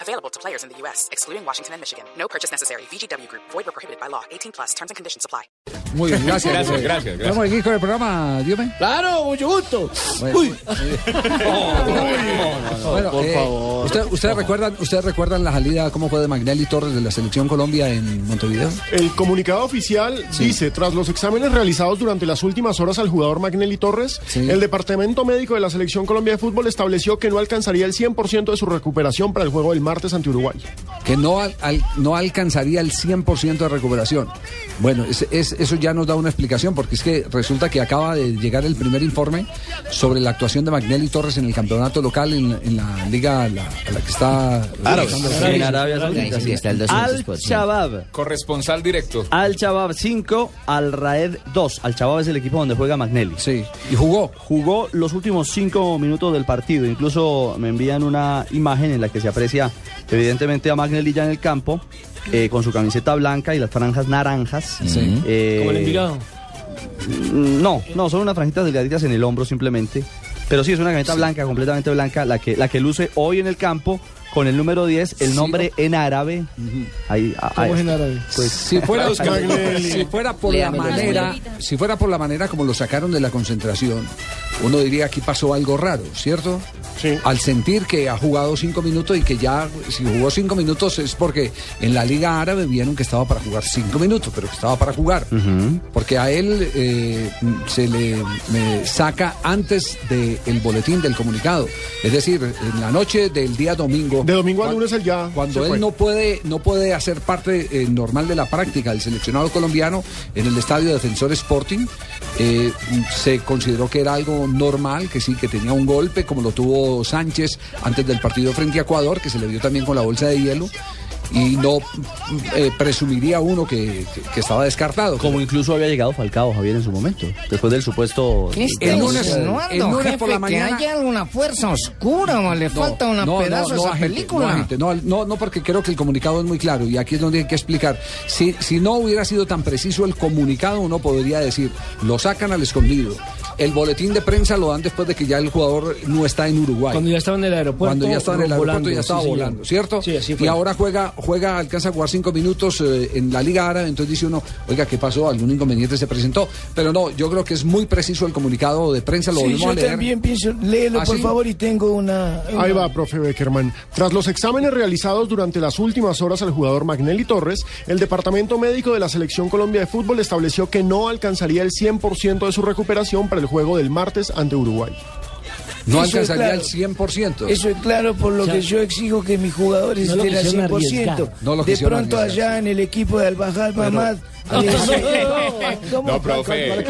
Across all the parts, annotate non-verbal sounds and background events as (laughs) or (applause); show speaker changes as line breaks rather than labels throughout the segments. Available to players in the U.S., excluding Washington and Michigan. No purchase necessary. VGW Group, void or prohibited by law. 18 plus terms and conditions apply.
Muy bien, gracias.
Gracias,
José.
gracias, gracias.
Estamos aquí con el programa, Diome.
Claro, mucho gusto.
Bueno,
Uy.
Bueno, eh, ¿usted- ¿Ustedes recuerdan, ustedes recuerdan la salida, cómo fue de Magnelli Torres de la Selección Colombia en Montevideo?
El comunicado oficial dice, tras los exámenes realizados durante las últimas horas al jugador Magnelli Torres,
Sí.
el Departamento Médico de la Selección Colombia de Fútbol estableció que no alcanzaría el 100% de su recuperación para el juego del martes ante Uruguay.
Que no, al- al- no alcanzaría el 100% de recuperación. Bueno, es- es- eso ya nos da una explicación, porque es que resulta que acaba de llegar el primer informe sobre la actuación de Magnelli Torres en el campeonato local en, en la liga a la, a la que está...
En Arabia Saudita, sí. Al Shabab.
Corresponsal directo.
Al Shabab 5, Al Raed 2. Al Shabab es el equipo donde juega Magnelli.
Sí, y jugó.
Jugó los últimos 5 minutos del partido. Incluso me envían una imagen en la que se aprecia, evidentemente, a Magnelli ya en el campo, eh, con su camiseta blanca y las franjas naranjas.
Sí.
Eh, mm, No, no, son unas franjitas delgaditas en el hombro simplemente. Pero sí, es una camioneta blanca, completamente blanca, la que, la que luce hoy en el campo con el número 10, el
Sí.
nombre en árabe. Ahí, ah, ahí. Pues,
Si fuera, (laughs)
Los Magnelli.
si fuera por
Le
la
damos la
manera,
vueltita.
si fuera por la manera como lo sacaron de la concentración, uno diría aquí pasó algo raro, ¿cierto?
Sí.
Al sentir que ha jugado cinco minutos y que ya si jugó cinco minutos es porque en la Liga Árabe vieron que estaba para jugar cinco minutos, pero que estaba para jugar, porque a él eh, se le me saca antes del boletín del comunicado, es decir, en la noche del día domingo.
De domingo a
cuan-
lunes él ya se
Cuando él
fue.
no puede, no puede hacer parte eh, normal de la práctica del seleccionado colombiano en el estadio Defensor Sporting. eh, se consideró que era algo normal, que sí, que tenía un golpe, como lo tuvo Sánchez antes del partido frente a Ecuador, que se le vio también con la bolsa de hielo. Y no eh, presumiría uno que, que- que estaba descartado.
como incluso había llegado Falcao Javier en su momento, después del supuesto...
¿Qué está
El lunes-
insinuando,
el lunes
Este jefe,
por la mañana-
Que hay alguna fuerza oscura o le falta un pedazo a esa
agente,
película.
no, agente, no, no, no, porque creo que el comunicado es muy claro y aquí es donde hay que explicar. Si, si no hubiera sido tan preciso el comunicado, uno podría decir, lo sacan al escondido. El boletín de prensa lo dan después de que ya el jugador no está en Uruguay.
Cuando ya estaba en el aeropuerto.
Cuando ya estaba en el aeropuerto
volando,
ya estaba
sí, señor.
volando, ¿cierto?
Sí, así fue.
y ahora juega, juega, alcanza a jugar cinco minutos eh, en la Liga Árabe, entonces dice uno, oiga, ¿qué pasó? ¿Algún inconveniente se presentó? Pero no, yo creo que es muy preciso el comunicado de prensa, lo
Sí,
volvemos
yo
a leer.
también pienso, léelo
¿Ah,
por
sí?
favor y tengo una... una-
Ahí va, profe Beckerman. Tras los exámenes realizados durante las últimas horas al jugador Magnelli Torres, el Departamento Médico de la Selección Colombia de Fútbol estableció que no alcanzaría el 100% de su recuperación para el juego del martes ante Uruguay.
No
Eso es
alcanzaría
claro.
el 100%.
Eso es claro, por lo
O sea,
que yo exijo que mis jugadores
no lo
estén al
quisieron
100%.
arriesgar.
No lo
de
quisieron
pronto
arriesgar,
allá en el equipo de
(laughs)
Albajal Mamad...
No, profe.
El,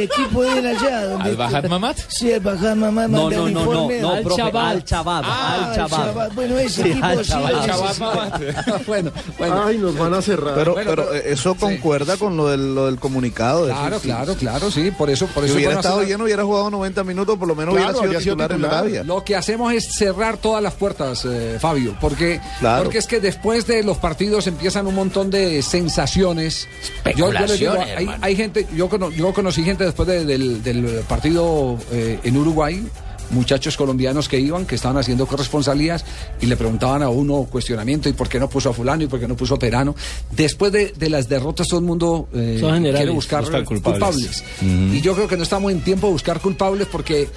equipo de él allá. donde-
¿Al Bajar Mamat?
Sí, Albajal Mamad
No,
manda
no,
un
no, no,
informe.
no,
Al
profe,
Shabab.
Al Shabab,
Ah,
Al
al
Shabab.
Shabab. Bueno, ese equipo
Al
sí lo
Ah,
Shabab.
necesita.
(laughs)
bueno, bueno.
Ay, nos van a cerrar.
Pero, pero eh, eso concuerda con lo del, lo del comunicado. eso
Claro,
sí.
claro, claro, sí. Por eso, por
Si
eso
hubiera
bueno,
estado
hacer-
lleno, hubiera jugado 90 minutos, por lo menos
Claro,
hubiera sido
habría sido
titular, en
titular.
Arabia.
Lo que hacemos es cerrar todas las puertas, eh, Fabio, porque,
Claro.
porque es que después de los partidos empiezan un montón de sensaciones. Yo, yo les digo,
Especulaciones,
hay,
hermano.
hay gente, yo, cono- yo conocí gente después de- del, del partido eh, en Uruguay, muchachos colombianos que iban, que estaban haciendo corresponsalías y le preguntaban a uno cuestionamiento y por qué no puso a fulano y por qué no puso a Perano. Después de, de las derrotas todo el mundo eh,
Son generales,
quiere buscar,
buscan
culpables.
culpables.
Y yo creo que no estamos en tiempo de buscar culpables porque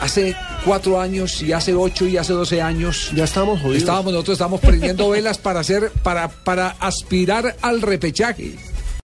hace cuatro años y hace ocho y hace doce años
Ya estamos jodidos.
estábamos nosotros estamos prendiendo velas para hacer para para aspirar al repechaje.